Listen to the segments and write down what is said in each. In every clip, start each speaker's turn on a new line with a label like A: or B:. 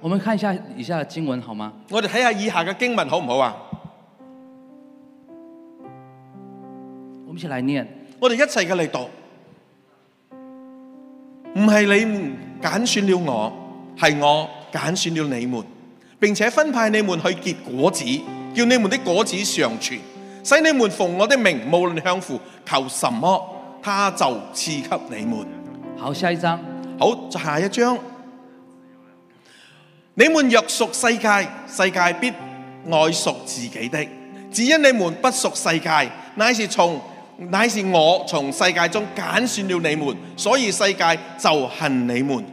A: 我们看一下以下的经文好吗？
B: 我哋睇下以下嘅經文好唔好啊？
A: 我们一起来念。
B: 我哋一齊嘅嚟讀，唔係你們揀選了我，係我揀選了你們，並且分派你們去結果子，叫你們的果子常存，使你們奉我的名，無論向父求什麼，他就賜給你們。
A: 好，下一章，
B: 好，下一章。你们若属世界，世界必爱属自己的；只因你们不属世界，乃是从乃是我从世界中拣选了你们，所以世界就恨你们。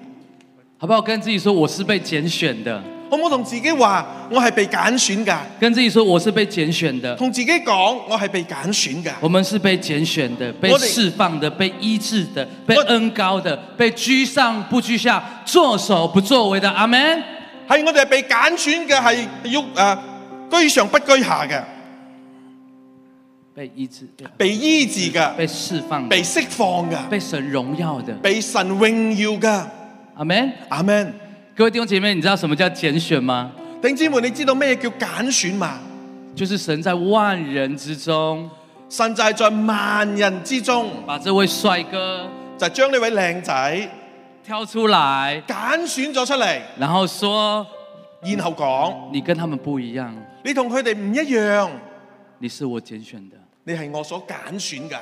A: 好不好？跟自己说，我是被拣选的。
B: 可唔可以同自己话我系被拣选噶？
A: 跟自己说，我是被拣选的。
B: 同自己讲我系被拣选噶。
A: 我们是被拣选的，被
B: 我得
A: 释放的，被医治的，被
B: 我
A: 恩高的，被居上不居下，作首不作为的。阿门。
B: 系我哋系被拣选嘅，系要诶居上不居下嘅，
A: 被医治的，
B: 被医治嘅，
A: 被释放的，
B: 被释放嘅，
A: 被神荣耀的。
B: 被神荣耀嘅。
A: 阿门。
B: 阿 Man，
A: 各位弟兄姐妹，你知道什么叫拣选吗？
B: 頂姊妹，你知道咩叫揀選嘛？
A: 就是神在万人之中，
B: 神就係在萬人之中，
A: 把这位帅哥
B: 就將呢位靚仔
A: 挑出来，
B: 揀選咗出嚟，
A: 然后说
B: 然後講：
A: 你跟他们不一样，
B: 你同佢哋唔一樣，
A: 你是我拣选的，
B: 你係我所揀選嘅，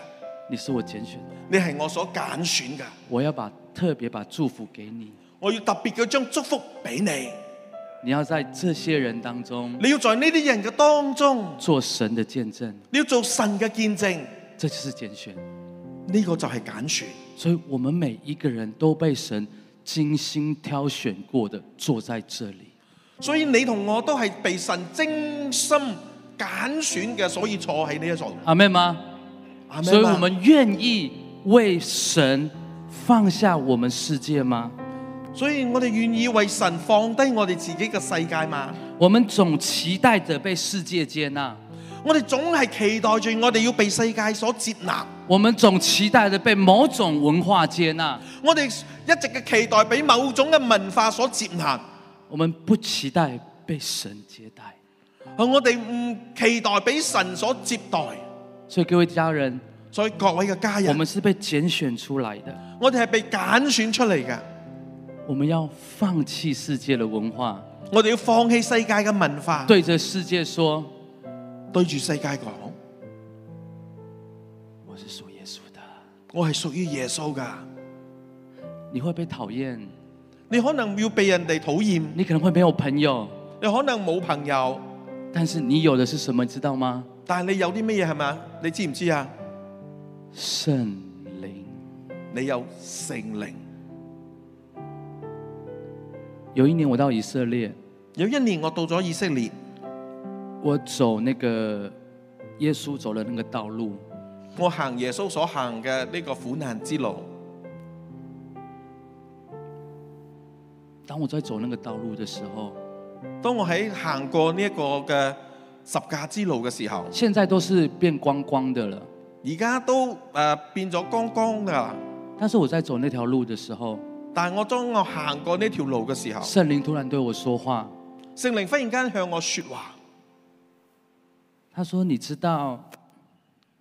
A: 你是我拣选的，
B: 你係我所揀選嘅，
A: 我要把特别把祝福给你。
B: 我要特別嘅將祝福俾你，
A: 你要在这些人当中
B: 你要在呢啲人嘅當中，
A: 做神的见证，
B: 你要做神嘅見證，
A: 这就是拣选。
B: 呢、個就係揀選。
A: 所以，我们每一个人都被神精心挑选过的，坐在这里。
B: 所以你同我都係被神精心揀選嘅，所以坐喺呢一度。
A: 阿妹吗？
B: 阿
A: 所以
B: Man 啊
A: 我们愿意为神放下我们世界吗？
B: 所以我哋願意為神放低我哋自己嘅世界嘛？
A: 我们总期待着被世界接纳，
B: 我哋總係期待住我哋要被世界所接納，
A: 我们总期待着被某种文化接纳，
B: 我哋一直嘅期待俾某種嘅文化所接納，
A: 我们不期待被神接待。
B: 我哋唔期待俾神所接待。
A: 所以，各位家人，
B: 所以各位嘅家
A: 我
B: 人，
A: 们是被拣选出来的，
B: 我哋係被揀選出嚟嘅，
A: 我们要放弃世界的文化，
B: 我哋要放棄世界嘅文化，
A: 对着世界说
B: 對住世界講：：“
A: 我是属耶稣的。
B: 我係屬於耶穌㗎。」
A: 你会被討厌，
B: 你可能要被人哋討厭，
A: 你可能會没有朋友，
B: 你可能冇朋友，
A: 但是你有的是什么？你知道吗？
B: 但係你有啲乜嘢係嘛？你知唔知啊？
A: 圣灵。
B: 你有聖靈。
A: 有一年我到以色列，
B: 有一年我到咗以色列，
A: 我走那个耶稣走的那个道路，
B: 我行耶穌所行嘅呢個苦難之路。
A: 当我在走那个道路的时候，
B: 當我喺行過呢一個嘅十架之路嘅時候，
A: 现在都是变光光的了。
B: 而家都誒、呃、變咗光光㗎啦。
A: 但是我在走那条路的時候，
B: 但係我當我行過呢條路嘅時候，
A: 圣灵突然对我说话，
B: 聖靈忽然間向我説話，
A: 他说：“你知道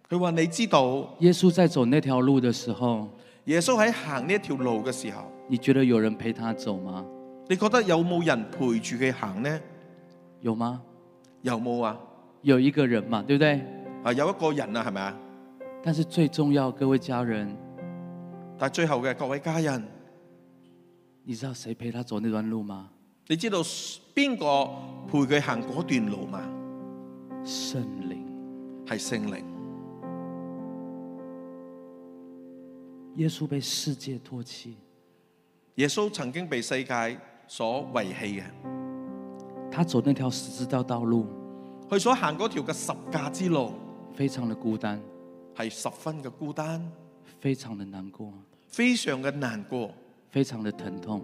B: 佢話：你知道
A: 耶穌在走那条路的时候，
B: 耶穌喺行呢一條路嘅時候，
A: 你觉得有人陪他走吗？
B: 你覺得有冇人陪住佢行呢？
A: 有吗？
B: 有冇啊？
A: 有一个人嘛，对不对？
B: 啊有一個人啊，係咪啊？
A: 但是最重要，各位家人，
B: 但係最後嘅各位家人，
A: 你知道谁陪他走那段路吗？
B: 你知道邊個陪佢行嗰段路嘛？
A: 圣灵。
B: 係聖靈。
A: 耶稣被世界唾弃，
B: 耶穌曾經被世界所遺棄嘅，
A: 他走那条十字道道路，
B: 佢所行嗰條嘅十架之路
A: 非常的孤单，
B: 係十分嘅孤單，
A: 非常的难过，
B: 非常嘅難過，
A: 非常的疼痛。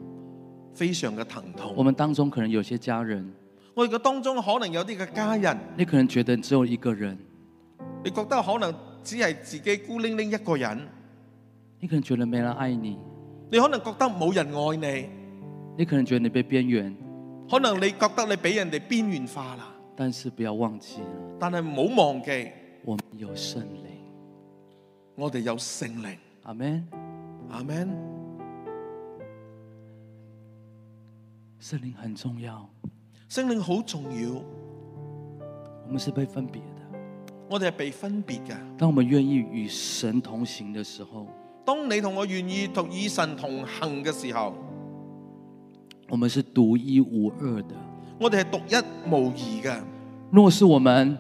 B: 非常嘅疼
A: 我
B: 痛。
A: 们當中可能有些家人，
B: 我哋嘅當中可能有啲嘅家人，
A: 你可能觉得只有一个人，
B: 你覺得可能只係自己孤零零一個人，
A: 你可能觉得没人爱你，
B: 你可能覺得冇人愛
A: 你可能觉得你被边缘，
B: 你，可能你覺得你俾人哋邊緣化啦，
A: 但是不要忘记了，
B: 但係唔好忘記，
A: 我们有圣灵，
B: 我哋有聖靈，
A: 阿门。
B: 阿 Man，
A: 圣灵很重要，
B: 聖靈好重要，
A: 我们是被分别的。
B: 我哋係被分別嘅。
A: 当我们愿意与神同行的时候，
B: 當你同我願意同以神同行嘅時候，
A: 我们是独一无二的。
B: 我哋係獨一無二嘅。
A: 若是我们，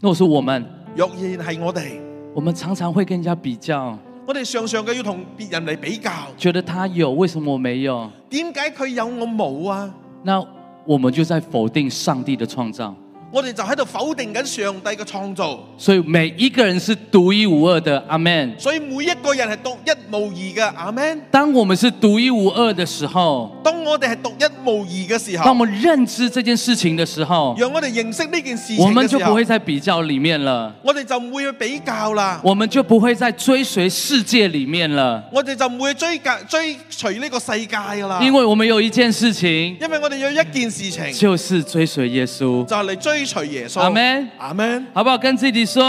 A: 若是我们，
B: 若然係我哋，
A: 我们常常会跟人家比较，
B: 我哋常常嘅要同別人嚟比較，
A: 觉得他有，为什么我没有？
B: 點解佢有我冇啊？
A: 那我们就在否定上帝的创造。
B: 我哋就喺度否定緊上帝嘅創造，
A: 所以每一个人是独一无二的，阿门。
B: 所以每一個人係獨一無二嘅。阿 Man，
A: 当我们是独一无二的时候，
B: 當我哋係獨一無二嘅時
A: 当
B: 候，
A: 我们認知這件事情的時候，
B: 讓我哋認識呢件事情
A: 我們
B: 嘅
A: 就
B: 時
A: 不
B: 候
A: 會，在比較裡面了，
B: 我哋就唔會去比較啦。
A: 我們就不會在追隨世界裡面了，
B: 我哋就唔會追格追隨呢個世界噶啦，
A: 因為我們有一件事情，
B: 因為我哋有一件事情就
A: 就是追隨耶穌，
B: 係嚟追隨耶穌。
A: 阿門
B: 阿門。
A: 好不好？跟自己說，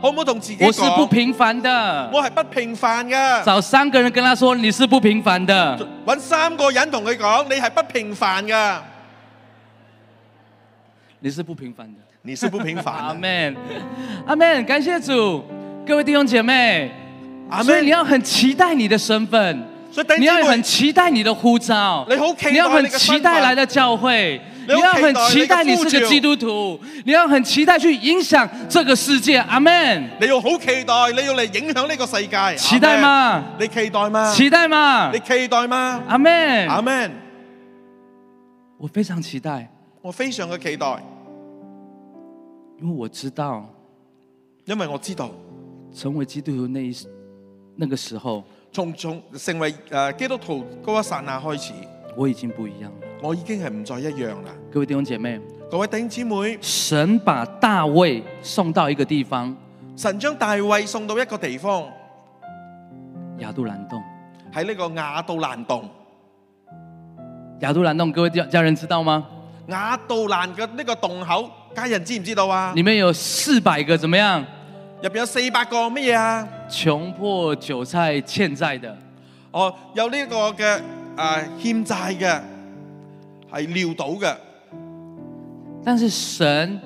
B: 好唔好同自己
A: 我是不
B: 講？
A: 平凡的。
B: 我係不平凡噶。
A: 找三個人跟他說，你是不平凡的。
B: 揾三個人同佢講，你係不平凡噶，
A: 你是不平凡的。
B: 你是不平
A: 阿
B: 凡的。
A: 门，阿门，感谢主，各位弟兄姐妹，
B: 阿
A: 所以你
B: 門。
A: 要很期待你的身份，
B: 所以弟兄
A: 你要
B: 姊妹
A: 很期待你的呼召，
B: 你好期待
A: 你要很
B: 你嘅身
A: 期
B: 份
A: 待来的教会。
B: 你
A: 你要
B: 好期待
A: 很期待你
B: 你嘅呼
A: 是
B: 召
A: 个基督徒，你要很期待去影响这个世界，阿门。
B: 你要好期待，你要嚟影響呢個世界。
A: 期待
B: 阿
A: 吗？
B: 門？你期待嗎？
A: 期待吗
B: 你？期待嗎？
A: 阿门。
B: 阿 Man，
A: 我非常期待，
B: 我非常嘅期待，
A: 因为我知道
B: 因為我知道
A: 成为基督徒那一时那个时候，
B: 從從成為誒基督徒嗰一剎那開始，
A: 我已经不一样了。
B: 我已經係唔再一樣啦。
A: 各位弟兄姐妹，
B: 各位弟兄姊妹，
A: 神把大卫送到一个地方，
B: 神將大衛送到一個地方，
A: 亚杜兰洞。
B: 喺呢個亞杜蘭洞。
A: 亚杜兰洞，各位家家人知道吗？
B: 亞杜蘭嘅呢個洞口，家人知唔知道啊？
A: 里面有四百个怎么样？
B: 入邊有四百個乜嘢啊？
A: 穷破韭菜欠债的，
B: 哦，有呢個嘅啊欠債嘅，係撩到嘅。
A: 但是神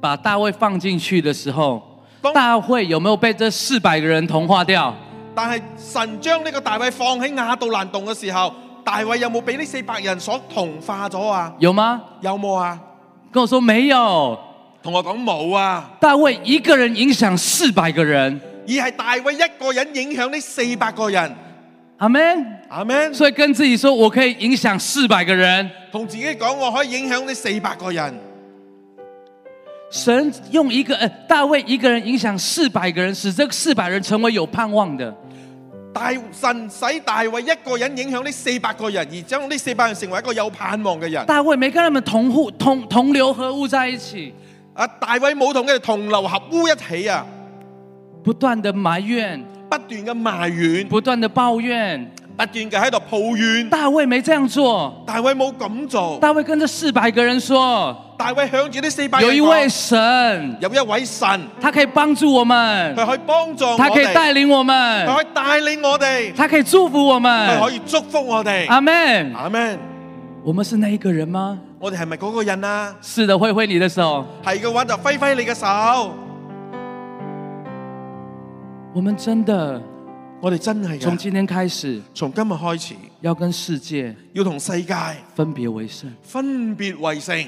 A: 把大卫放进去的时候，
B: 当
A: 大卫有没有被这四百个人同化掉？
B: 但係神將呢個大衛放喺亞杜蘭洞嘅時候，大衛有冇俾呢四百人所同化咗啊？
A: 有吗？
B: 有冇啊？
A: 跟我说没有。
B: 同我講冇啊，
A: 大卫一个人影响四百个人，
B: 而係大衛一個人影響呢四百個人。
A: 阿门。
B: 阿 Man。
A: 所以跟自己说，我可以影响四百个人。
B: 同自己講，我可以影響呢四百個人。
A: 神用一个呃大卫一个人影响四百个人，使这四百人成为有盼望的。
B: 大神使大衛一個人影響呢四百個人，而將呢四百人成為一個有盼望嘅人。
A: 大卫没跟他们同户同同流合污在一起，
B: 啊，大衛冇同佢哋同流合污一起啊，
A: 不断的埋怨，
B: 不斷嘅埋怨，不
A: 不断的抱怨。
B: 斷嘅喺度抱怨。
A: 大卫没这样做，
B: 大衛冇咁做，
A: 大卫跟这四百个人说，
B: 大衛向住呢四百人
A: 有
B: 講
A: 一位神，
B: 有一位神，
A: 他可以帮助我们，
B: 佢可以幫助我
A: 他可以
B: 哋，
A: 带领我
B: 佢
A: 们，
B: 可以帶領我哋，
A: 他可以祝福我
B: 佢可
A: 们。
B: 以祝福我哋。
A: 阿门。
B: 阿 Man，
A: 我们是那一个人吗？
B: 我哋係咪嗰個人啊？
A: 是的，挥挥你的手。
B: 係嘅話就揮揮你嘅手。
A: 我们真的
B: 我哋真係
A: 从
B: 嘅，
A: 今天开始，
B: 從今日開始。
A: 要跟世界
B: 要同世界
A: 分别为圣，
B: 分別為聖，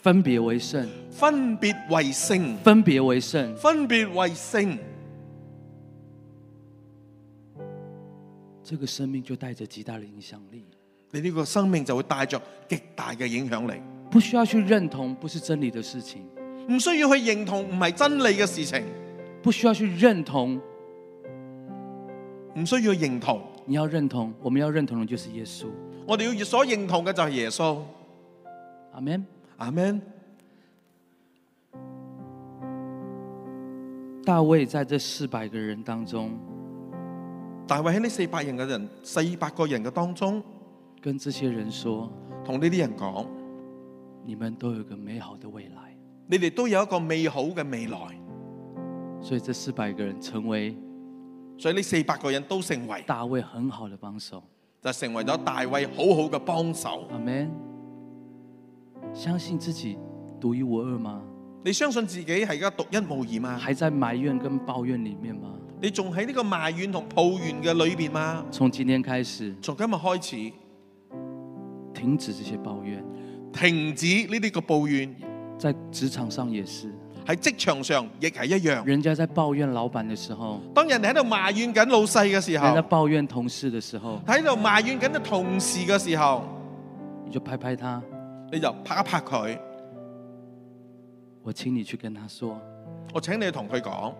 A: 分别为圣，
B: 分別為聖，
A: 分别为圣。
B: 分別為聖。
A: 这个生命就带着极大的影响力，
B: 你呢個生命就會帶着極大嘅影響力，
A: 不需要去认同不是真理的事情，
B: 唔需要去認同唔係真理嘅事情，
A: 不需要去认同。
B: 唔需要認同。
A: 你要认同，我们要认同的就是耶稣。
B: 我哋要所認同嘅就係耶穌。
A: 阿门。
B: 阿 Man，
A: 大卫在这四百个人当中，
B: 大衛喺呢四百人嘅人，四百個人嘅當中，
A: 跟这些人说
B: 同呢啲人講：
A: 你们都有一个美好的未来。
B: 你哋都有一個美好嘅未來。
A: 所以这四百个人成为
B: 所以呢四百個人都成為
A: 大卫很好的帮手。
B: 就成為咗大衛好好嘅幫手。
A: 阿门。相信自己独一无二吗？
B: 你相信自己係而家獨一無二嘛？
A: 还在埋怨跟抱怨里面吗？
B: 你仲喺呢個埋怨同抱怨嘅裏邊嘛？
A: 从今天开始，
B: 從今日開始，
A: 停止这些抱怨，
B: 停止呢啲嘅抱怨，
A: 在职场上也是。
B: 喺職場上亦係一樣。
A: 人家在抱怨老板的时候，
B: 當人哋喺度埋怨緊老細嘅時候
A: 人，家抱怨同事的时候，
B: 喺度埋怨緊嘅同事嘅時候，
A: 你就拍拍他，
B: 你就拍一拍佢。
A: 我请你去跟他说，
B: 我請你同佢講，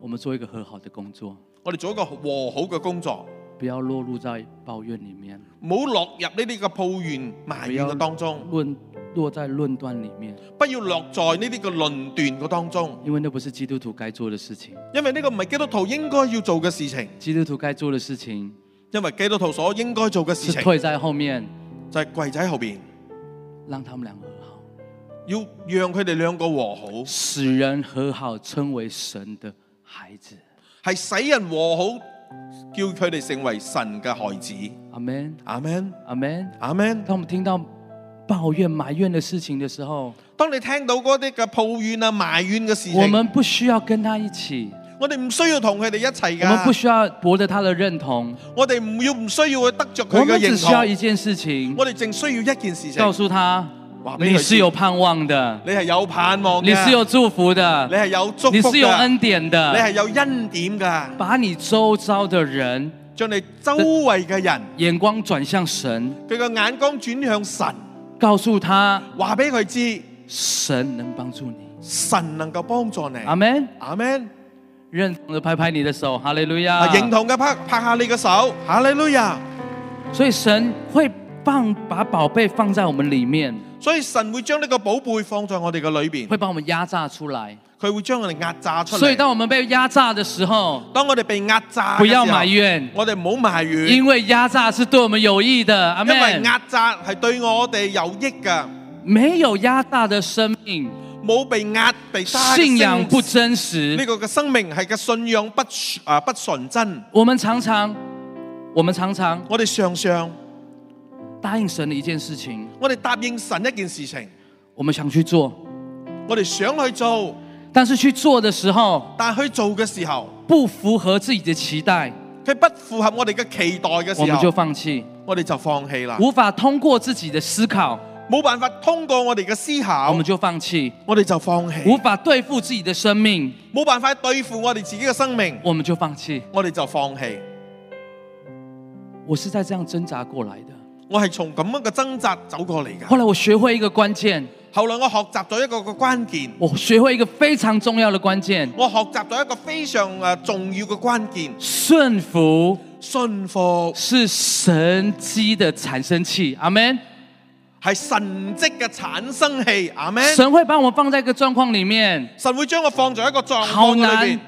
A: 我们做一个和好的工作，
B: 我哋做一個和好嘅工作，
A: 不要落入在抱怨里面，
B: 唔好落入呢啲嘅抱怨埋怨嘅當中，
A: 论落在论断里面，
B: 不要落在呢啲嘅論斷嘅當中，
A: 因为那不是基督徒该做的事情。
B: 因為呢個唔係基督徒應該要做嘅事情，
A: 基督徒该做的事情
B: 因為基督徒所應該做嘅事
A: 是
B: 情
A: 退在后面，
B: 就係跪仔後邊，
A: 让他们两个和好，
B: 要讓佢哋兩個和好，
A: 使人和好，称为神的孩子。
B: 係使人和好，叫佢哋成為神嘅孩子。
A: 阿门，
B: 阿 man，
A: 阿门。
B: 阿 man。
A: 当我们听到抱怨、埋怨的事情的时候，
B: 當你聽到嗰啲嘅抱怨啊、埋怨嘅事
A: 我
B: 情，
A: 们不需要跟他一起，
B: 我哋唔需要同佢哋一齊
A: 我们不
B: 㗎，
A: 需要博得他的认同，
B: 我哋唔要唔需要去得着
A: 我
B: 佢嘅
A: 们只
B: 認
A: 需要
B: 同。
A: 一件事情，
B: 我哋淨需要一件事
A: 告
B: 情，
A: 诉他
B: 哇没有
A: 你是有盼望的，
B: 你係有盼望嘅，
A: 你是有祝福的
B: 你，係有祝
A: 你
B: 福
A: 是有
B: 嘅，
A: 恩典
B: 你
A: 的，
B: 係有恩典㗎，
A: 把你周遭的人
B: 將你周圍嘅人，
A: 眼光转向神，
B: 佢嘅眼光轉向神，
A: 告诉他
B: 話俾佢知，
A: 神能帮助你。
B: 神能夠幫助你。
A: 阿门。
B: 阿 Man，
A: 认同的拍拍你的手，哈利路亚。
B: 啊認同嘅拍拍下你嘅手，哈利路亞。
A: 所以神会放把宝贝放在我們里面，
B: 所以神會將呢個寶貝放在我哋嘅裏邊，
A: 会把我们压榨出来。
B: 佢會將我哋壓榨出
A: 所以
B: 嚟。
A: 当我们被压榨的时候，
B: 當我哋被壓榨嗯
A: 不
B: 嘅
A: 要
B: 時候
A: 埋怨
B: 我哋唔好埋怨，因
A: 因為压榨是對我們有益的。阿
B: 為
A: 门。
B: 壓榨係對我哋有益㗎。
A: 没有压榨的生命，
B: 冇被壓被揸嘅
A: 信仰
B: 生
A: 不真
B: 呢
A: 实。
B: 個嘅生命係嘅信仰不啊不純真。
A: 我们常常，我们常常
B: 我哋常常
A: 答应神的一件事情，
B: 我哋答應神一件事情，
A: 我们想去做，
B: 我哋想去做，
A: 但是去做的时候
B: 但去做嘅時候，
A: 不符合自己的期待，
B: 佢不符合我哋嘅期待嘅
A: 我
B: 時
A: 们就
B: 候，
A: 放弃，
B: 我哋就放棄啦，
A: 无法通過自己的思考，
B: 冇辦法通過我哋嘅思
A: 我
B: 考
A: 们，就放弃。
B: 我哋就放
A: 无
B: 棄，
A: 法对付自己的生命，
B: 冇辦法對付我哋自己嘅生命，
A: 我们就放弃。
B: 我哋就放棄。
A: 我是在这样挣扎过来的。
B: 我係從咁樣嘅掙扎走過嚟㗎。
A: 后来我学会一个關鍵，
B: 後來我學習咗一個嘅關鍵，
A: 我學會一個非常重要的關鍵：
B: 我學習咗一個非常誒重要嘅關鍵，
A: 順服
B: 信服。
A: 是神机的产生器。阿门。
B: 系神迹嘅產生器，阿 m
A: 神会把我们放在一个状况里面，
B: 神會將我放在一個狀
A: 好
B: 況裏
A: 难
B: 边，，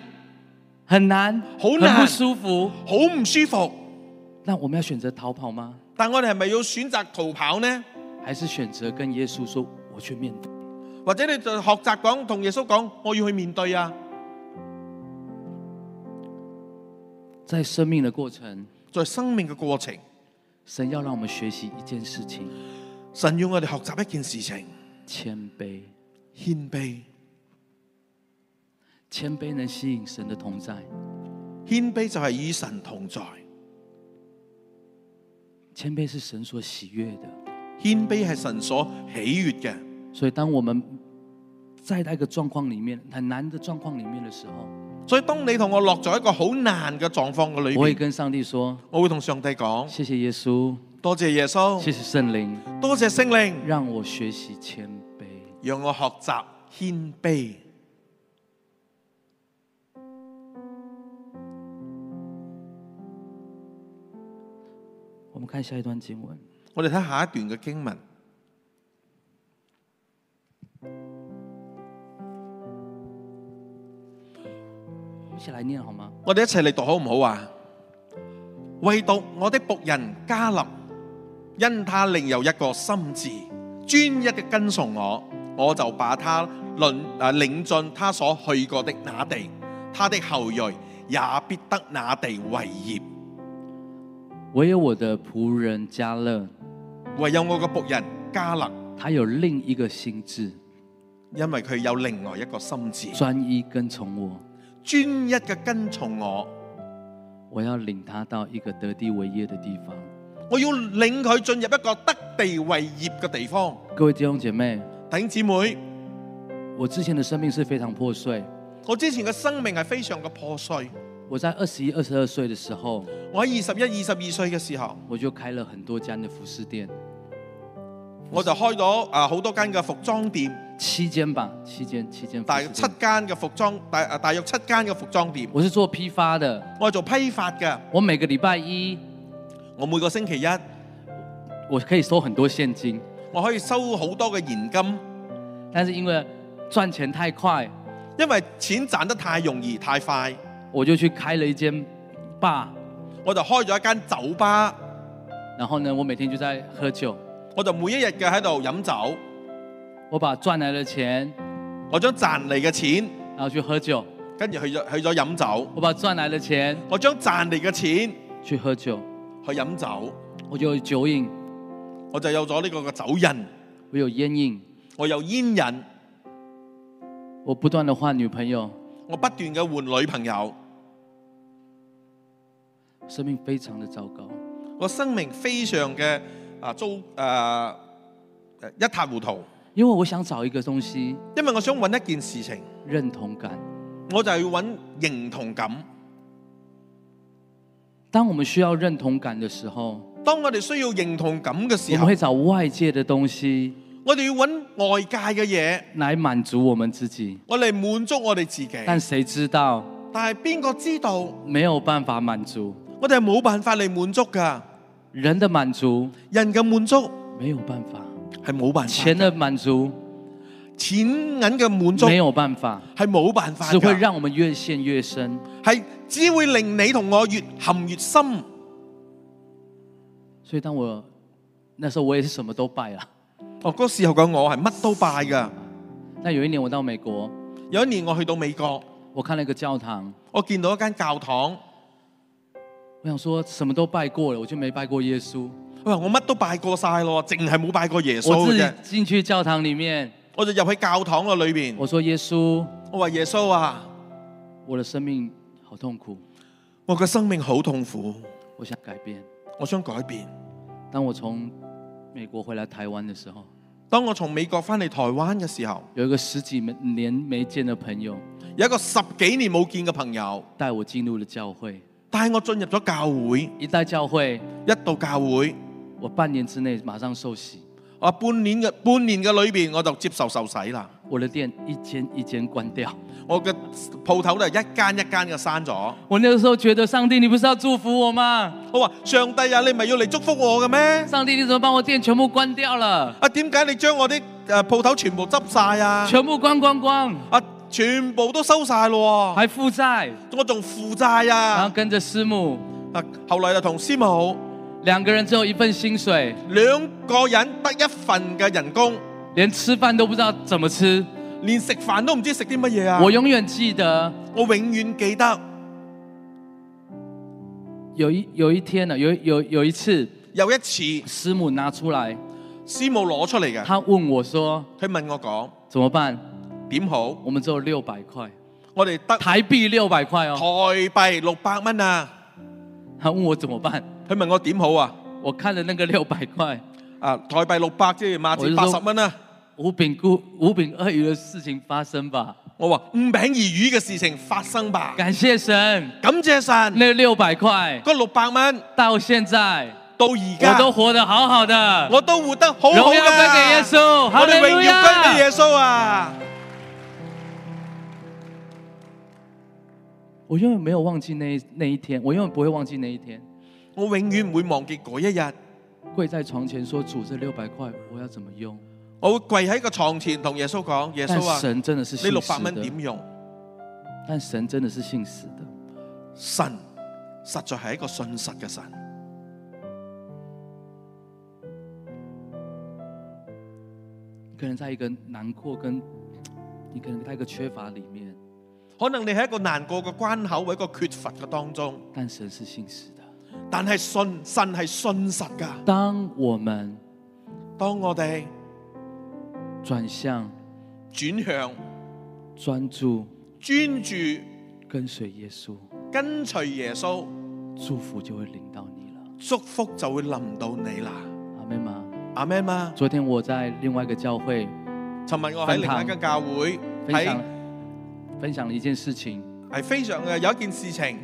A: 很难，
B: 好
A: 很不
B: 难
A: 舒服。
B: 好唔舒服。
A: 那我们要選擇逃跑吗？
B: 但我哋係咪要選擇逃跑呢？
A: 还是選擇跟耶穌说：“我去面对，
B: 或者你就學習講同耶穌講，我要去面對啊！
A: 在生命的过程，
B: 在生命嘅過程，
A: 神要让我们学习一件事情：
B: 神要我哋學習一件事情，
A: 谦卑。
B: 謙卑。
A: 谦卑能吸引神的同在。
B: 謙卑就係與神同在，
A: 谦卑是神所喜悦的，
B: 謙卑係神所喜悦嘅。
A: 所以当我们在那个状况里面很难的状况里面的时候，
B: 所以當你同我落咗一個好難嘅狀況嘅裏
A: 我会
B: 边，
A: 跟上帝说
B: 我會同上帝講：
A: 谢谢耶稣，
B: 多謝耶穌，
A: 谢谢圣灵，
B: 多謝聖靈，
A: 让我学习谦卑。
B: 讓我學習謙卑。
A: 我们看下一段经文，
B: 我哋睇下一段嘅經文，
A: 一起来念好吗？
B: 我哋一齊嚟讀好唔好啊？唯獨我的仆人加勒，因他另有一個心志，專一嘅跟從我，我就把他領啊領進他所去過的那地，他的後裔也必得那地為業。
A: 唯有我的仆人加勒，
B: 唯有我嘅仆人加勒，
A: 他有另一个心智，
B: 因為佢有另外一個心志，
A: 专一跟从我，
B: 專一嘅跟從我。
A: 我要领他到一个得地为业的地方。
B: 我要領佢進入一個得地為業嘅地方。
A: 各位弟兄姐妹，
B: 弟兄姊妹，
A: 我之前的生命是非常破碎。
B: 我之前嘅生命係非常嘅破碎。
A: 我在二十一、二十二岁的时候，
B: 我喺二十一、二十二歲嘅時候，
A: 我就开了很多家的服饰店，
B: 我就開咗啊好多間嘅服裝店，
A: 七间吧，七间，七间服
B: 大
A: 饰
B: 約七
A: 店。
B: 間嘅服裝，大啊大約七間嘅服裝店。
A: 我是做批发的，
B: 我係做批發嘅，
A: 我每个礼拜一
B: 我每個星期一
A: 我可以收很多现金，
B: 我可以收好多嘅現金，
A: 但是因为赚钱太快，
B: 因為錢賺得太容易太快，
A: 我就去开了一间 bar，
B: 我就開咗一間酒吧，
A: 然后呢，我每天就在喝酒，
B: 我就每一日嘅喺度飲酒，
A: 我把赚来的钱，
B: 我將賺嚟嘅錢
A: 然后去喝酒，
B: 跟住去咗去咗飲酒，
A: 我把赚来的钱
B: 我將賺嚟嘅錢
A: 去喝酒，
B: 去飲酒，
A: 我就有酒瘾，
B: 我就有咗呢個嘅酒癮，
A: 我有烟瘾，
B: 我有煙癮，
A: 我不断的换女朋友，
B: 我不斷嘅換女朋友，
A: 生命非常的糟糕。
B: 我生命非常嘅啊糟誒一塌糊塗，
A: 因为我想找一个东西
B: 因為我想揾一件事情，
A: 认同感。
B: 我就要揾認同感。
A: 当我们需要认同感的时候，
B: 當我哋需要認同感嘅
A: 我
B: 時
A: 们
B: 候，
A: 会找外界的东西
B: 我哋要揾外界嘅嘢，
A: 来满足我们自己，
B: 我嚟滿足我哋自己。
A: 但谁知道
B: 但係邊個知道，
A: 没有辦法满足
B: 我哋係冇辦法嚟滿足㗎。
A: 人的满足，
B: 人嘅滿足
A: 没有辦法；
B: 係冇辦法，
A: 钱的滿足
B: 錢銀嘅滿足
A: 没
B: 係
A: 有辦法，
B: 冇辦法
A: 只會
B: 㗎，
A: 讓我们越陷越深。
B: 係只會令你同我越陷越深。
A: 所以当我那时候我也是什么都拜了。
B: 哦，嗰時候嘅我係乜都拜㗎。
A: 那有一年我到美国，
B: 有一年我去到美國，
A: 我看了一个教堂，
B: 我見到一間教堂，
A: 我想说什么都拜過了，我就没拜過耶穌。
B: 我話我乜都拜過晒咯，淨係冇拜過耶
A: 我
B: 穌
A: 自
B: 嘅
A: 己
B: 啫。
A: 进去教堂里面，
B: 我就入去教堂嘅裏邊，
A: 我说耶穌，
B: 我話耶穌啊，
A: 我的生命好痛苦，
B: 我嘅生命好痛苦。
A: 我想改变。
B: 我想改變。
A: 当我从美国回来台湾的时候，
B: 當我從美國翻嚟台灣嘅時候，
A: 有一个十几年没见的朋友
B: 有一個十幾年冇見嘅朋友
A: 带我进入了教會。
B: 帶我進入咗教會，
A: 一带教会，
B: 一到教會，
A: 我半年之内马上受洗，
B: 我半年嘅半年嘅裏邊我就接受受洗啦。
A: 我的店一间一间关掉。
B: 我嘅鋪頭就一間一間嘅閂咗。
A: 我那个时候觉得，上帝，你不是要祝福我吗？
B: 我話：上帝啊，你唔係要嚟祝福我嘅咩？
A: 上帝，你怎么把我店全部關掉了？
B: 啊，點解你將我啲誒鋪頭全部執晒啊？
A: 全部關光光，
B: 啊，全部都收晒咯喎！
A: 还负债，
B: 我仲負債
A: 然
B: 啊
A: 后！跟着師母，
B: 啊，後來就同師母
A: 兩個人只有一份薪水，
B: 兩個人得一份嘅人工。
A: 連吃飯都不知道怎么吃。
B: 連食飯都唔知食啲乜嘢啊！
A: 我永遠記得
B: 我永遠記得
A: 有一有一天呢，有有有一次，
B: 有一次
A: 師母拿出來，
B: 師母攞出嚟嘅，
A: 她問我說
B: 佢問我講：
A: 怎么办？
B: 點好？
A: 我們只有六百塊
B: 我哋得
A: 台
B: 台
A: 幣六百塊
B: Ờ.
A: 哦。
B: 幣六百蚊啊！
A: 她問我怎麼辦？
B: 佢問我點好啊？
A: 我看了那個六百塊
B: 啊，台幣六百即係馬
A: 我
B: 幣
A: 就
B: 八
A: 說
B: 十蚊啊！
A: 五饼孤五饼二鱼的事情發生吧，
B: 我話五餅二魚嘅事情發生吧，
A: 感謝神，
B: 感謝神！
A: 那六百塊
B: 嗰六百蚊
A: 到現在
B: 到而
A: 我
B: 家
A: 都活得好好的，
B: 我都活得好好
A: 榮耀歸給耶
B: 噶，
A: 穌，哈
B: 我哋
A: 利路
B: 榮耀歸俾
A: 亞！
B: 耶穌啊！
A: 我永遠沒有忘記那一那一天，我永遠不會忘記那一天，
B: 我永遠唔會忘記嗰一日，
A: 跪在床前說：“主，這六百塊我要怎麼用
B: 我會跪喺個床前同耶穌講：？”耶
A: 但
B: 穌啊！
A: 神真的是
B: 呢
A: 信
B: 六百
A: 實
B: 蚊
A: 的，
B: 點用？
A: 但神真的是信實的。
B: 神實在係一個信實嘅神。
A: 可能在一个难过跟你可能在一个缺乏里面，
B: 可能你喺一個難過嘅關口，或者一個缺乏嘅當中，
A: 但神是信实的。
B: 但係信神係信實㗎。
A: 当我们
B: 當我哋
A: 转向、
B: 轉向、
A: 专注、
B: 專注
A: 跟随耶稣，
B: 跟隨耶穌，
A: 祝福就会临到你了。
B: 祝福就會臨到你啦。
A: 阿妹吗？
B: 阿咩嘛，
A: 昨天我在另外一个教會
B: 尋日我喺另一間教會
A: 分享
B: 喺
A: 分享了一件事情，
B: 係非常嘅有一件事情，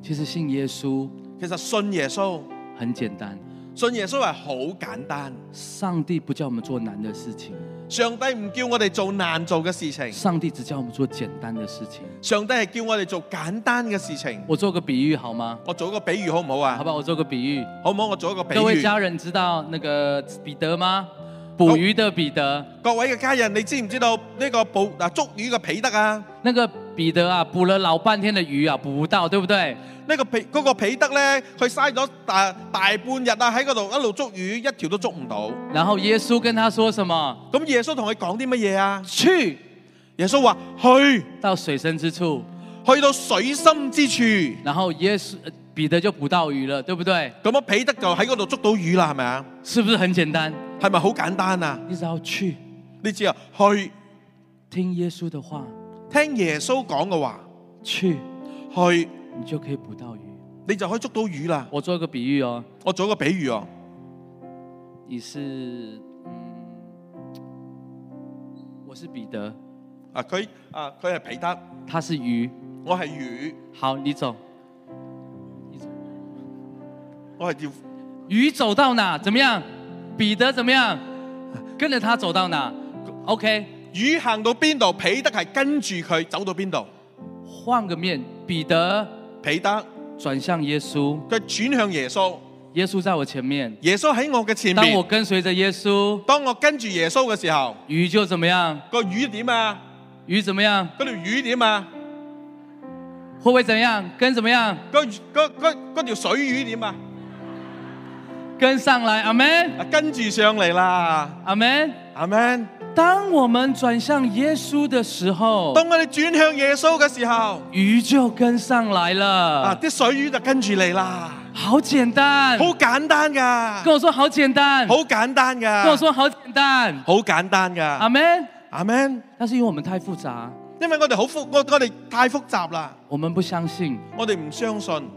A: 其实信耶稣
B: 其實信耶穌，
A: 很简单，
B: 信耶穌係好簡單。
A: 上帝不叫我们做难的事情，
B: 上帝唔叫我哋做難做嘅事情，
A: 上帝只叫我们做简单的事情。
B: 上帝係叫我哋做簡單嘅事情。
A: 我做个比喻好吗？
B: 我做一個比喻好唔好
A: 好
B: 啊？
A: 吧，我做个比喻。哦
B: 好唔好？我做一個比
A: 各位
B: 喻。
A: 家人知道那个彼得吗？捕鱼的彼得，
B: 各位嘅家人，你知唔知道呢個捕嗱捉魚嘅彼得啊？
A: 那个彼得啊，捕了老半天的鱼啊，捕不到，对不对？
B: 呢、個彼嗰、個彼得呢，佢嘥咗大大半日啊喺嗰度一路捉魚，一條都捉唔到。
A: 然后耶穌跟他说什么？
B: 咁耶穌同佢講啲乜嘢啊？
A: 去
B: 耶穌話：去，
A: 到水深之处，
B: 去到水深之處。
A: 然后耶稣呃彼得就捕到鱼了，对不对？
B: 咁啊，彼得就喺嗰度捉到魚啦，係咪啊？
A: 是不是很简单？
B: 係咪好簡單啊？
A: 你只要去
B: 你知啊，去
A: 听耶稣的话，
B: 聽耶穌講嘅話，
A: 去
B: 去
A: 你就可以捕到鱼。
B: 你就可以捉到魚啦。
A: 我做一个比喻哦，
B: 我做一個比喻哦，
A: 你是嗯，我是彼得，
B: 啊佢啊佢係彼得，
A: 他是鱼。
B: 我係魚，
A: 好，你走，
B: 我係要
A: 鱼走到哪？怎么样？彼得怎么样？跟着他走到哪？OK，
B: 魚行到邊度，彼得係跟住佢走到邊度。
A: 换个面，彼得
B: 彼得
A: 转向耶稣，
B: 佢轉向耶穌，
A: 耶稣在我前面。
B: 耶穌喺我嘅前
A: 当我
B: 面。
A: 跟随着耶稣，
B: 當我跟住耶穌嘅時候，
A: 鱼就怎么样？
B: 個魚點啊？
A: 鱼怎么样？
B: 嗰條魚點啊？
A: 会不会怎样？跟怎么样？
B: 嗰嗰嗰嗰條水魚點啊？
A: 跟上来，阿门，
B: 啊跟住上嚟啦，
A: 阿门。
B: 阿 Man。
A: 当我们转向耶稣的时候，
B: 當我哋轉向耶穌嘅時候，
A: 鱼就跟上来
B: 啊
A: 了，
B: 啲水魚就跟住你啦，
A: 好简单
B: 好。簡單噶，
A: 跟我说好简单，
B: 好簡單噶，
A: 跟我说好简单，
B: 好簡單
A: 阿
B: 噶，
A: 门。
B: 阿 Man。
A: 但是因为我们太复杂，
B: 因為我哋好複，我我哋太複雜啦，
A: 我们不相信。
B: 我哋唔相信。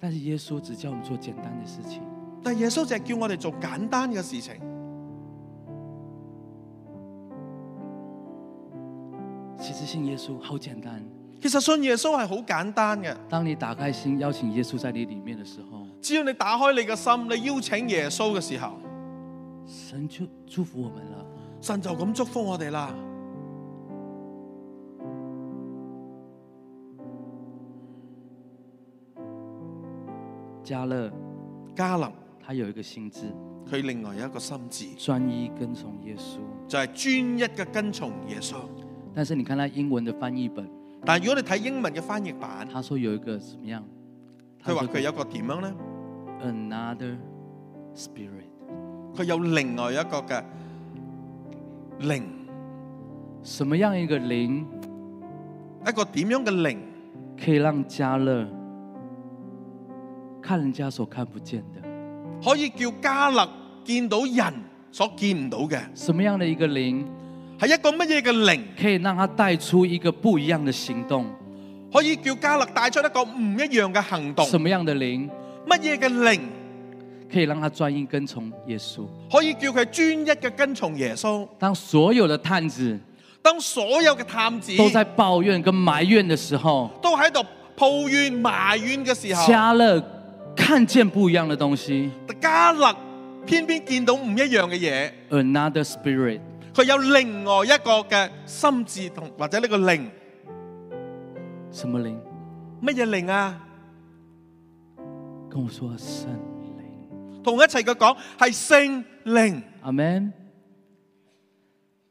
A: 但是耶稣只叫我们做简单的事情。
B: 但耶穌就係叫我哋做簡單嘅事情。
A: 其实信耶稣好简单。
B: 其實信耶穌係好簡單嘅，
A: 当你打开心，邀请耶稣在你里面的时候，
B: 只要你打開你嘅心，你邀請耶穌嘅時候，
A: 神就祝福我们了。
B: 神就咁祝福我哋啦。
A: 加勒
B: 加林
A: 他有一个心智，
B: 佢另外有一個心智，
A: 专一跟从耶稣。
B: 就係、專一嘅跟從耶穌。
A: 但是你看他英文的翻译本，
B: 但如果你睇英文嘅翻譯版，
A: 他说有一個怎么样？
B: 佢話佢
A: 有
B: 有一個點樣呢？
A: another spirit，
B: 佢有另外一個嘅靈，
A: 什么样一個靈
B: 一個點樣嘅靈，
A: 可以讓加勒看人家所看不見的？
B: 可以叫加勒見到人所見唔到嘅，
A: 什麼樣的一個靈
B: 係一個乜嘢嘅靈？
A: 可以讓他帶出一個不一樣的行動？
B: 可以叫加勒帶出一個唔一樣嘅行動。
A: 什麼樣的靈
B: 乜嘢嘅靈
A: 可以讓他專一跟從耶穌？
B: 可以叫佢專一嘅跟從耶穌？
A: 當所有的探子
B: 當所有嘅探子
A: 都在抱怨跟埋怨的時候，
B: 都喺度抱怨埋怨嘅時候，
A: 加勒看見不一樣的東西
B: 加勒偏偏見到唔一樣嘅嘢，
A: ，another spirit。
B: 佢有另外一個嘅心智同或者呢個靈，
A: 什麼靈？
B: 乜嘢靈啊？
A: 跟我说圣灵，
B: 同我一齊佢講係聖靈。
A: 阿门。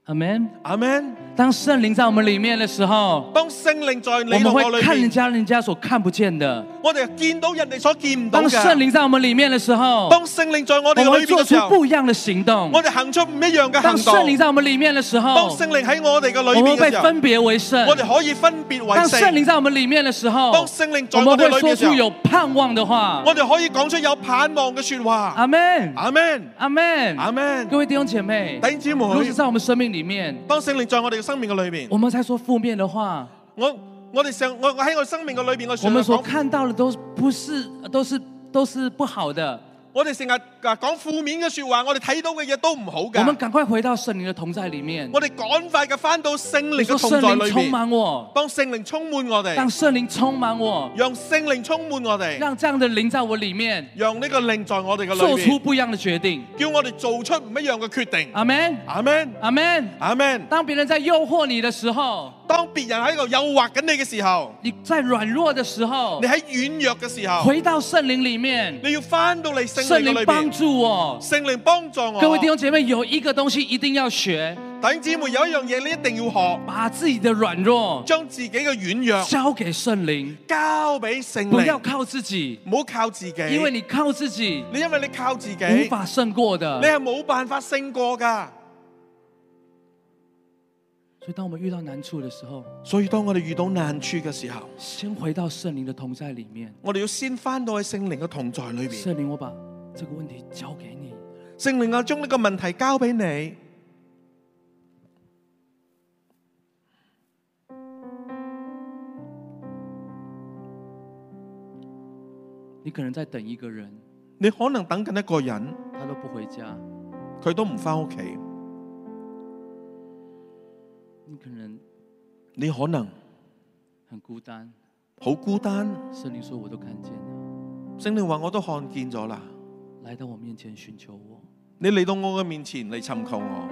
A: 阿门。
B: 阿 Man，
A: 当圣灵在我们里面的时候，
B: 当聖靈在
A: 我
B: 你
A: 们
B: 同我
A: 会
B: 裏
A: 看人
B: 面，
A: 家人家所看不见的。
B: 我哋見到人哋所見唔到
A: 当圣
B: 嘅。
A: 靈在我们里面的时候，
B: 當聖靈在我
A: 我
B: 哋
A: 们
B: 裏
A: 会
B: 面
A: 做
B: 嘅
A: 出
B: 時候，
A: 不一樣的行動。
B: 我哋行出唔一樣嘅
A: 当
B: 行
A: 圣靈
B: 動。
A: 在我們里面的時
B: 當
A: 候，
B: 聖靈喺我哋嘅裏
A: 我
B: 面
A: 們
B: 嘅
A: 被
B: 時候，
A: 分別為聖。
B: 我哋可以分別為
A: 当聖
B: 聖。
A: 靈在我們里面的時候，
B: 當聖靈在
A: 我
B: 我
A: 們
B: 哋
A: 會
B: 裏
A: 說
B: 面嘅時
A: 出
B: 候，
A: 有盼望的話。
B: 我哋可以講出有盼望嘅说話。
A: 阿門，
B: 阿 Man，
A: 阿門，
B: 阿 Man，
A: 各位弟兄姐妹
B: 弟，兄姊妹
A: 如，果是在我們生命里面，
B: 當聖靈在我哋嘅生命嘅裏面，
A: 我們在說負面的話，
B: 我我哋上我我喺我生命嘅裏面，我
A: 我
B: 常
A: 們所
B: 講，
A: 看到的都不是，都是都是不好的。
B: 我哋成日啊講負面嘅说話，我哋睇到嘅嘢都唔好
A: 我們
B: 㗎。
A: 趕快回到聖靈的同在里面。
B: 我哋趕快嘅翻到聖靈
A: 你說
B: 嘅同
A: 聖
B: 在
A: 靈
B: 裏
A: 充
B: 面，
A: 滿我，
B: 當聖靈充滿我哋
A: 讓，聖靈充滿我，
B: 讓聖靈充滿我哋，
A: 讓這樣的靈在我里面
B: 讓呢個靈在我哋嘅裏
A: 做出啊
B: 面，
A: 不一樣的決定。
B: 叫我哋做出唔一樣嘅決定。
A: 阿門，
B: 阿 Man，
A: 阿門。
B: 阿 Man，
A: 当别人在诱惑你的时候，
B: 當別人喺度誘惑緊你嘅時候，
A: 你在軟弱的时候
B: 你，喺軟弱嘅時候，
A: 回到圣灵里面，
B: 你要翻到嚟聖
A: 圣
B: 靈嘅
A: 灵
B: 裏
A: 帮
B: 面，
A: 助我。
B: 聖靈幫助我。
A: 各位弟兄姐妹，有一个东西一定要学，
B: 弟兄姊妹有一樣嘢你一定要學，
A: 把自己的软弱
B: 將自己嘅軟弱
A: 交给圣灵，
B: 交俾聖
A: 不要
B: 靈，
A: 靠自己，
B: 唔好靠自己。
A: 因为你靠自己
B: 你因為你靠自己，
A: 无
B: 你
A: 法胜过的。
B: 係冇辦法勝過㗎。
A: 所以，当我们遇到难处的时候，
B: 所以當我哋遇到難處嘅時候，
A: 先回到圣灵的同在里面。
B: 我哋要先翻到去聖靈嘅同在裏面。
A: 圣灵，我把这个问题交给你，
B: 聖靈啊，將呢個問題交俾你。
A: 你可能在等一个人，
B: 你可能等緊一個人，
A: 他都不回家。
B: 佢都唔翻屋企。
A: 你可能
B: 你可能
A: 很孤单，
B: 好孤單。
A: 圣灵说：“我都看见了，
B: 聖靈話：我都看見咗啦。
A: 来到我面前寻求我。
B: 你嚟到我嘅面前嚟尋求我，”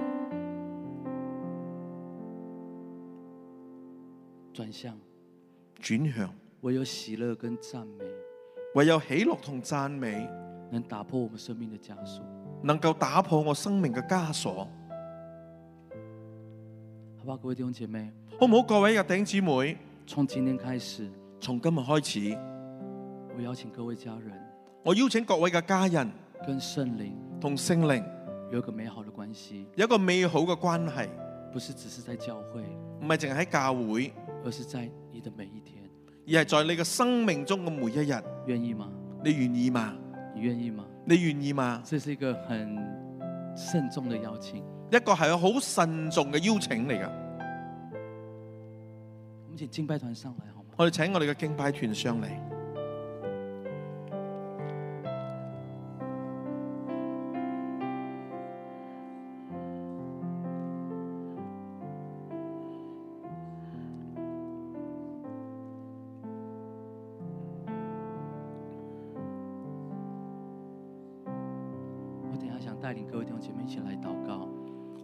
A: 转向，
B: 轉向，
A: 唯有喜乐跟赞美
B: 唯有喜樂同讚美
A: 能打破我们生命的枷锁，
B: 能夠打破我生命嘅枷鎖。
A: 好不好？各位弟兄姐妹，
B: 好唔好？各位嘅弟兄姊妹，
A: 从今天开始，
B: 從今日開始，
A: 我邀请各位家人
B: 我邀請各位嘅家人
A: 跟圣灵
B: 同聖靈
A: 有一个美好的关系，
B: 有一個美好嘅關係，
A: 不是只是在教会，
B: 唔係淨係喺教會，
A: 而是在你的每一天。
B: 而係在你嘅生命中嘅每一日。
A: 愿意吗？
B: 你願意嘛？
A: 你愿意吗？
B: 你願意嘛？
A: 这是一个很慎重的邀请。
B: 一個係好慎重嘅邀請嚟噶。
A: 我们请敬拜团上来好吗？
B: 我哋請我哋嘅敬拜團上嚟。
A: 我等一下想带领各位弟兄姐妹一起来祷告。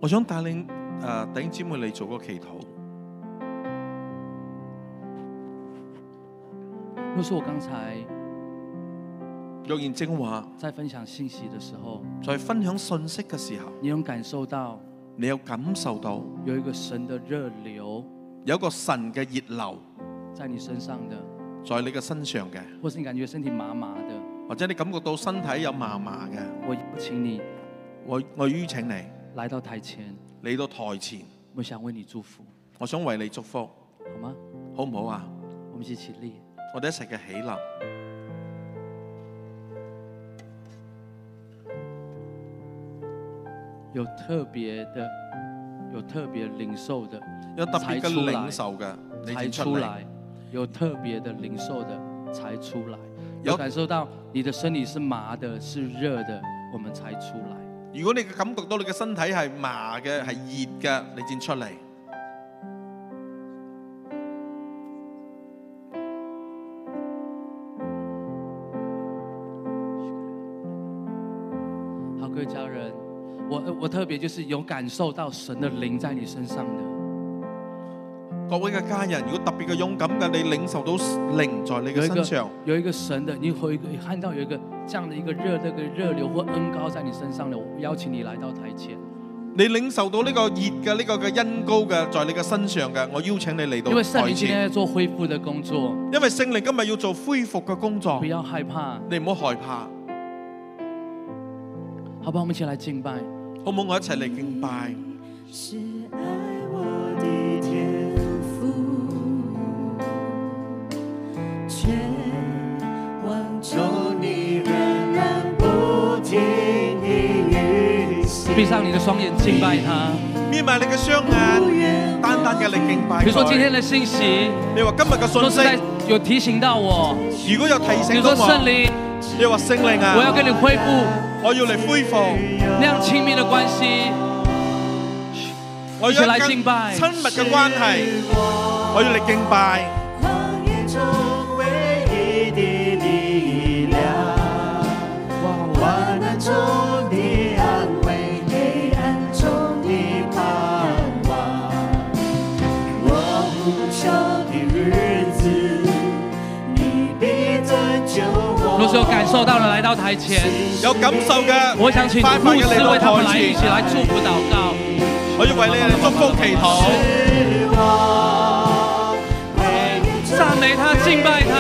B: 我想帶領诶、呃弟兄姊妹嚟做個祈禱。
A: 若是我刚才
B: 若然正話
A: 在分享信息的时候，
B: 在分享信息嘅時候，
A: 你能感受到
B: 你有感受到
A: 有一个神的热流
B: 有一個神嘅熱流
A: 在你身上的，
B: 在你嘅身上嘅，
A: 或是你感觉身体麻麻的，
B: 或者你感覺到身體有麻麻嘅，
A: 我邀请你
B: 我我邀請你
A: 来到台前，
B: 嚟到台前，
A: 我想为你祝福，
B: 我想為你祝福，
A: 好吗？
B: 好唔好啊？
A: 我们一起起立。
B: 我哋一齊嘅起立。
A: 有特别的，有特别领受的，
B: 有特別嘅
A: 才出來
B: 領受嘅，你
A: 才
B: 先
A: 出
B: 出嚟。
A: 来；有特别的领受的，才出来。
B: 有
A: 有感受到你的身体是麻的，是热的，我们才出来。
B: 如果你嘅感覺到你嘅身體係麻嘅、係熱嘅，你先出嚟。
A: 好，各位家人，我呃我特别就是有感受到神的灵在你身上的，
B: 各位嘅家人，如果特別嘅勇敢嘅，你領受到靈在你
A: 有
B: 嘅
A: 一
B: 身上
A: 个，有一个神的，你会看到有一个这样的一个热那个热流或恩高在你身上的，我邀请你来到台前，
B: 你領受到呢個熱嘅呢個嘅恩膏嘅，在你嘅身上嘅，我邀請你嚟到
A: 因为圣
B: 台
A: 灵今天在
B: 前。
A: 做恢复的工作，
B: 因為聖靈今日要做恢復嘅工作
A: 不，要害怕，
B: 你唔好害怕，
A: 好不好？我们一起来敬拜。
B: 好唔好？我一齊嚟敬拜。
C: 是爱我的天赋，却望求你仍然不停地运行。
A: 闭上你的双眼，敬拜他。
B: 眯埋你嘅雙眼，單單嘅嚟敬拜
A: 比如说今天
B: 佢。
A: 的信息，
B: 你話今日嘅
A: 都
B: 信
A: 是在
B: 息，
A: 有提醒到我。
B: 如果有提
A: 比如
B: 醒到
A: 说圣
B: 我，
A: 灵，
B: 你話聖靈
A: 我要跟
B: 啊，
A: 你恢复
B: 我要嚟恢復，
A: 那样亲密的关系。
B: 我要
A: 一齊嚟
B: 更
A: 敬拜
B: 親密嘅關係，我要嚟敬拜。
C: 荒野中唯一的力量，患难中的安慰，黑暗中的盼望。我呼求的日子，你必拯救我。
A: 若是有感受到了，来到台前，
B: 有感受嘅，
A: 我想请
B: 快快
A: 牧
B: 嘅
A: 师
B: 嚟
A: 为他
B: 到
A: 们来
B: 台
A: 一起
B: 前，
A: 来祝福祷告。
B: 我要為你哋祝福祈禱。
C: 是我唯一中
A: 赞美他，敬拜他。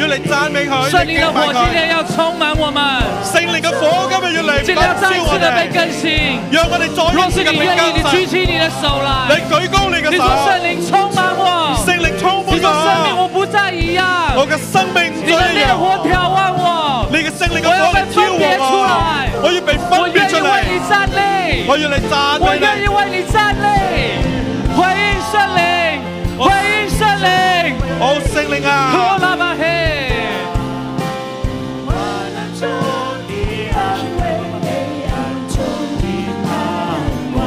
B: 要嚟讚美佢，
A: 圣灵的火
B: 要敬
A: 今
B: 拜
A: 天要充满我们，
B: 佢聖靈嘅火今日要嚟
A: 今天
B: 焚
A: 要再一
B: 燒我
A: 次的被
B: 哋，
A: 更新。
B: 讓我哋再
A: 若
B: 一
A: 是
B: 次嘅
A: 你
B: 被
A: 愿意，你
B: 更
A: 举
B: 新。
A: 起你的手
B: 你
A: 来，
B: 舉高你嘅
A: 你
B: 手
A: 说，圣灵充满我，
B: 聖靈充
A: 你
B: 滿
A: 说圣灵
B: 我，
A: 我不再一样，
B: 我嘅生命唔
A: 你的
B: 再一
A: 烈火
B: 樣。
A: 眺望我，
B: 你嘅聖靈嘅火嚟挑
A: 我要被分別出來
B: 我，我要被分
A: 我愿
B: 別出
A: 意为
B: 嚟，
A: 你站立。
B: 我要嚟讚
A: 我
B: 美
A: 愿意
B: 你，
A: 为你站立，回应圣灵，
B: 我
A: 回应圣灵。
B: 哦聖靈
A: 呼
B: 啊，
A: 啦嘛嘿。
C: 患难中的安慰，黑暗中的盼望。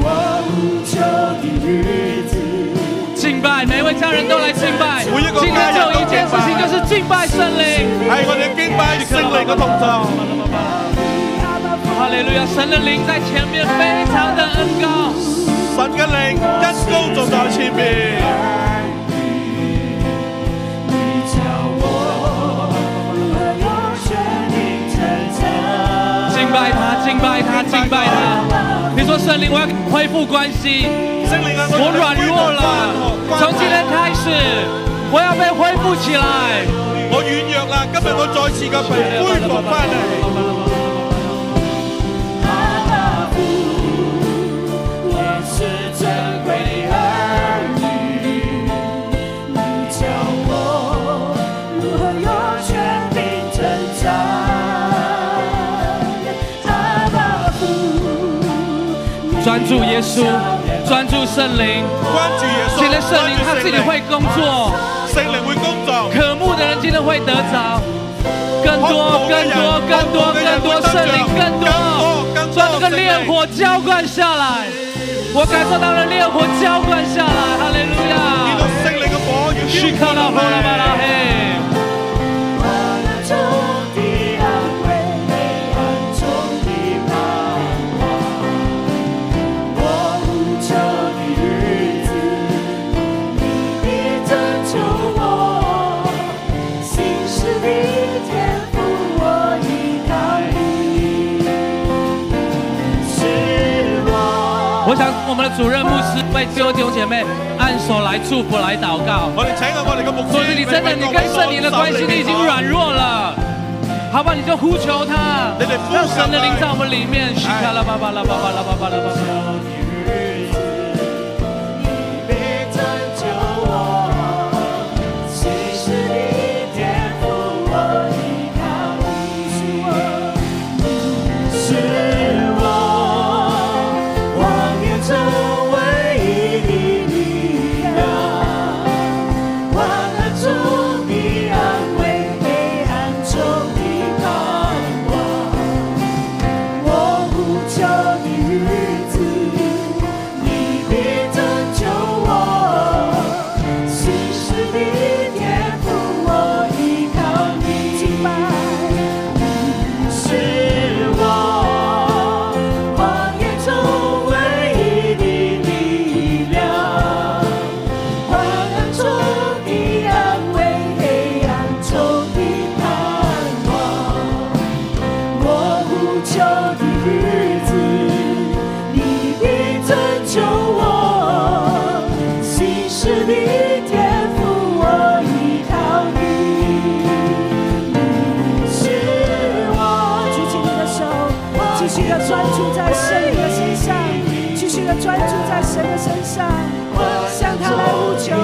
C: 我无求的日子，
A: 敬拜，每一位家人都来敬拜。
B: 每一个
A: 今
B: 家
A: 天只
B: 人
A: 有
B: 都
A: 一件事情，就是敬拜圣灵。
B: 係我哋敬拜聖靈嘅同在，
A: 哈利路亚，神的灵在前面，非常的恩高。
B: 神嘅靈一高就在前面。
C: 你教我何用全力逞强。
A: 敬拜他，敬拜他，敬拜他。你说圣灵，我要恢复关系，
B: 聖靈啊，
A: 我
B: 要
A: 软
B: 恢復
A: 弱了，
B: 關
A: 从
B: 懷
A: 今天开始，我要被恢复起来。
B: 我軟弱啦，今日我再次嘅被恢復翻嚟。
C: 他那福也是珍贵的儿女，你教我如何有权柄成长。他那福
A: 专注耶稣，专注圣灵。
B: 關注耶穌，
A: 今天圣灵他自己會工作，
B: 聖靈會工作，
A: 渴慕的人今天會得着更多、
B: 渴慕
A: 更
B: 嘅人
A: 多、更多、更多圣灵，更多，
B: 更
A: 将这
B: 多
A: 个烈火浇灌下来。我感受到了烈火浇灌下来，哈利路
B: 見到
A: 亚！
B: 聖靈嘅火要
A: 是
B: 燒
A: 克拉
B: 落
A: 巴拉巴拉
B: 嚟。
A: 嘿，
C: 患难中的安慰，黑暗中的盼望。我无求的日子，你必拯救我。心事的天赋，我依靠你。是我。
A: 我想我们的主任牧师为所有弟兄姐妹按手来祝福、来祷告。
B: 我哋請下我哋嘅牧師，
A: 所以你真的，你跟圣灵的关系你已经软弱了，好吧？你就呼求他，
B: 你得呼求
A: 让神的灵在我们里面。是卡拉巴巴拉巴巴拉巴巴拉巴巴。
C: 是我望眼中唯一的力量，患难中的安慰，黑暗中的盼望。我呼求的日子，
D: 在圣灵的身上，继续的专注在神的身上，向他来呼求，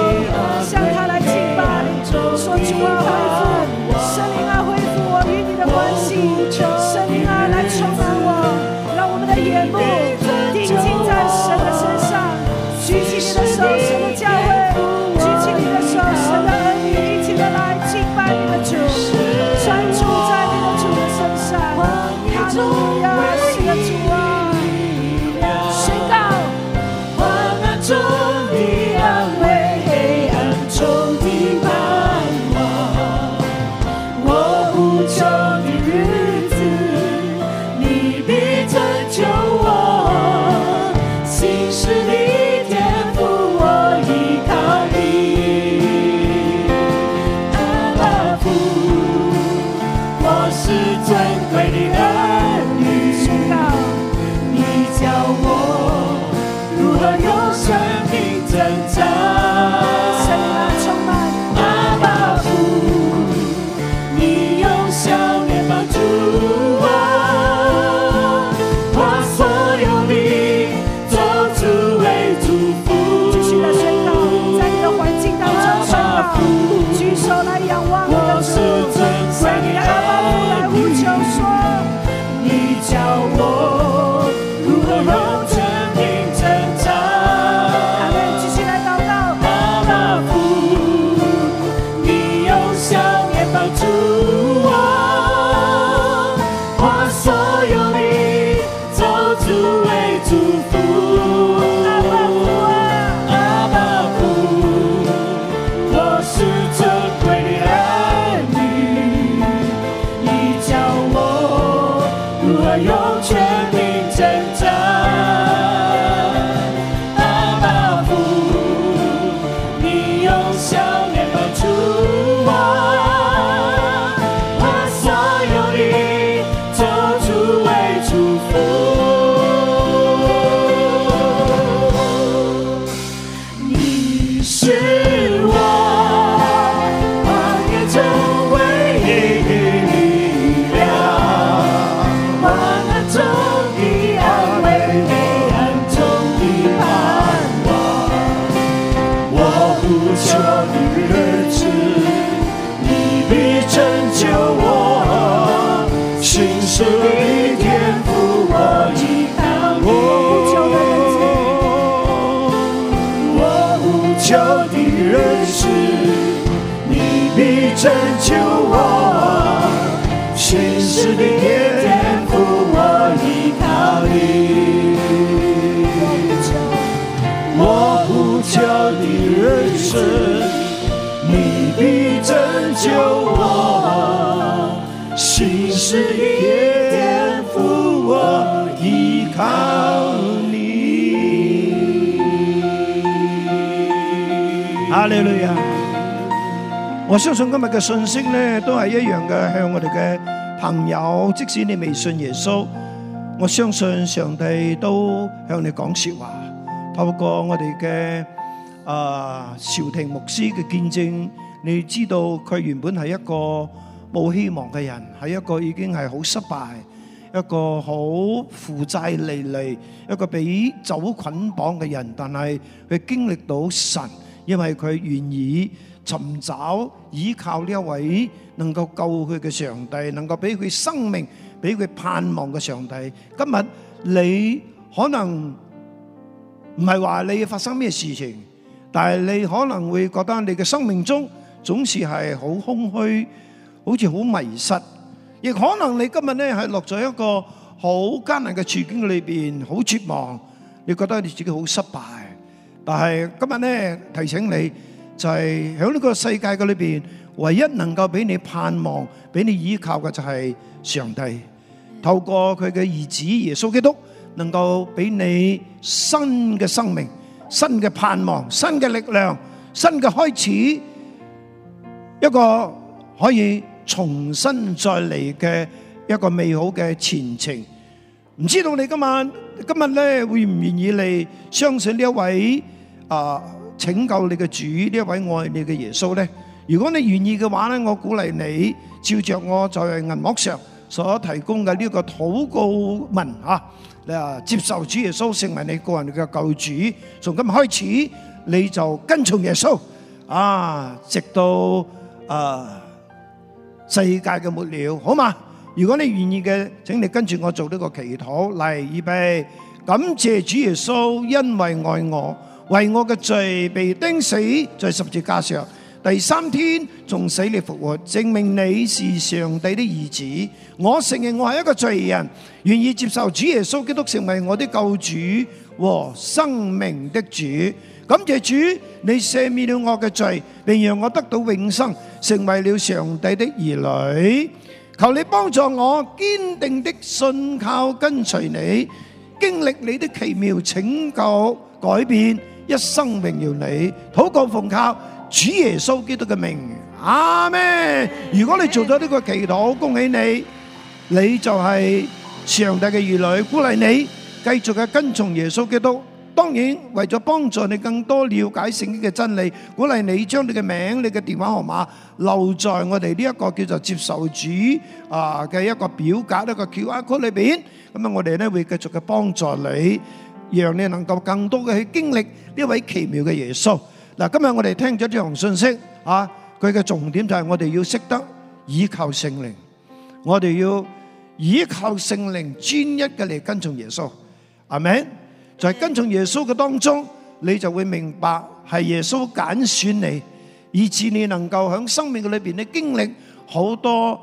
D: 向他来敬拜，说主啊恢复，圣灵啊恢复我与你的关系，圣灵啊来充满我，让我们的眼目定睛在神的身上，举起你的手，神的教会，举起你的手，神的儿女，一起的来敬拜你的主，专注在你的主的身上，哈路亚，是的主啊，宣告。
C: 患难中的安慰，黑暗中的盼望。我呼求的日子，你必拯救我。心事里天赋，我依靠你。阿父，我是尊贵的儿女。
D: 宣告，
C: 你教我如何用生命征战。
D: 神啊充满，
C: 阿爸父，你用笑脸帮助我，把所有的咒诅为祝福。
D: 继续的宣告，在你的环境当中宣告，举手来仰望你的
C: 我
D: 主
C: 是，尊贵
D: 为你的
C: 的
D: 阿爸父来
C: 儿
D: 呼
C: 女
D: 求。说。
C: 你教我如何用生命征战。
D: 阿门！继续来祷告，
C: 阿爸父，你用笑脸帮助我，把所有的咒诅为祝福。啊阿爸父，我是尊贵的儿女，你教我如何用全力征战。阿爸父，你用笑脸帮助我，把所有的咒诅为祝福。你是我荒野中唯一的力量，患难中的安慰，黑暗中的盼望。我呼求你的日子，你必拯救我，心事里天赋我依靠你。我无求的认识，你必拯救我，心事的天赋我依靠你。我无求的认识，你必拯救我，心事的天赋我依靠你。
E: 哈利路亚！我相信今日嘅信息呢，都係一樣嘅，向我哋嘅朋友，即使你未信耶穌，我相信上帝都向你講说話。透過我哋嘅啊邵婷牧師嘅見證，你知道佢原本係一個冇希望嘅人，係一個已經係好失敗。一個好負債累累、一個俾酒捆綁嘅人，但係佢經歷到神，因為佢願意尋找依靠呢一位能夠救佢嘅上帝，能夠俾佢生命、俾佢盼望嘅上帝。今日你可能唔係話你發生咩事情，但係你可能會覺得你嘅生命中總是係好空虛，好似好迷失。亦可能你今日咧係落咗一個好艱難嘅處境裏邊，好絕望，你覺得你自己好失敗。但係今日咧提醒你，就係喺呢個世界嘅裏邊，唯一能夠俾你盼望、俾你依靠嘅就係上帝。透過佢嘅兒子耶穌基督，能夠俾你新嘅生命、新嘅盼望、新嘅力量、新嘅開始。一個可以重新再嚟嘅一個美好嘅前程。唔知道你今晚今日咧會唔願意嚟相信呢一位啊、拯救你嘅主，呢一位愛你嘅耶穌咧？如果你願意嘅話咧，我鼓勵你照着我在銀幕上
C: 所提供嘅呢個禱告文嚇，你啊接受主耶穌成為你個人嘅救主，從今日開始你就跟從耶穌啊，直到啊世界嘅末了，好嘛？如果你願意嘅，請你跟住我做呢個祈禱，嚟預備，感謝主耶穌，因為愛我，為我嘅罪被釘死在十字架上，第三天從死裏復活，證明你是上帝的兒子。我承認我係一個罪人，願意接受主耶穌基督成為我的救主和生命的主。感謝主，你赦免了我嘅罪，並讓我得到永生，成為了上帝的兒女。求你幫助我堅定的信靠跟隨你，經歷你的奇妙拯救改變，一生榮耀你。禱告奉靠主耶穌基督嘅名，阿門。如果你做咗呢個祈禱，恭喜你，你就係上帝嘅兒女，鼓勵你繼續嘅跟從耶穌基督。當然，為咗幫助你更多了解聖經嘅真理，鼓勵你將你嘅名、你嘅電話號碼留在我哋呢一個叫做接受主啊嘅一個表格、一個 QR code 裏邊。咁啊，我哋咧會繼續嘅幫助你，讓你能夠更多嘅去經歷呢位奇妙嘅耶穌。嗱，今日我哋聽咗呢項信息啊，佢嘅重點就係我哋要識得倚靠聖靈，我哋要倚靠聖靈專一嘅嚟跟從耶穌。阿門。在跟從耶穌嘅當中，你就會明白係耶穌揀選你，以致你能夠喺生命嘅裏邊咧經歷好多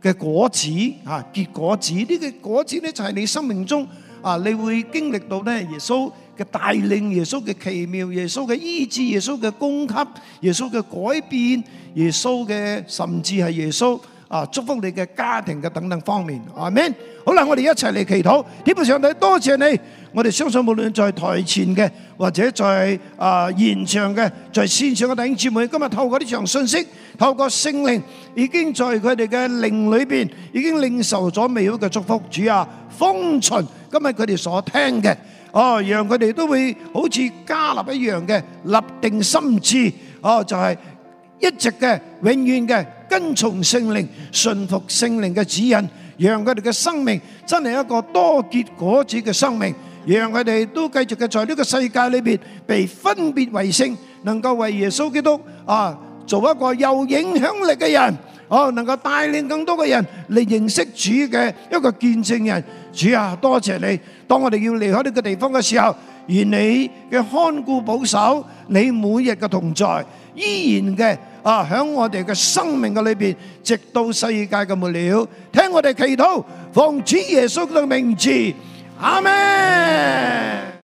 C: 嘅果子啊，結果子呢個果子咧就係你生命中啊，你會經歷到咧耶穌嘅帶領、耶穌嘅奇妙、耶穌嘅醫治、耶穌嘅供給、耶穌嘅改變、耶穌嘅甚至係耶穌。啊，祝福你嘅家庭嘅等等方面，阿 Man，好啦，我哋一齊嚟祈禱，天父上帝，多謝你，我哋相信無論在台前嘅，或者在啊、現場嘅，在線上嘅弟兄姊妹，今日透過呢場信息，透過聖靈，已經在佢哋嘅靈裏邊，已經領受咗美好嘅祝福，主啊，封存今日佢哋所聽嘅。哦，讓佢哋都會好似加納一樣嘅立定心志，哦，就係、一直嘅、永遠嘅跟從聖靈、順服聖靈嘅指引，讓佢哋嘅生命真係一個多結果子嘅生命，讓佢哋都繼續嘅在呢個世界裏邊被分別為聖，能夠為耶穌基督啊做一個有影響力嘅人，哦，能夠帶領更多嘅人嚟認識主嘅一個見證人。主啊，多謝你！當我哋要離開呢個地方嘅時候，願你嘅看顧保守，你每日嘅同在，依然嘅啊，喺我哋嘅生命嘅裏邊，直到世界嘅末了。聽我哋祈禱，奉主耶穌嘅名字，阿門。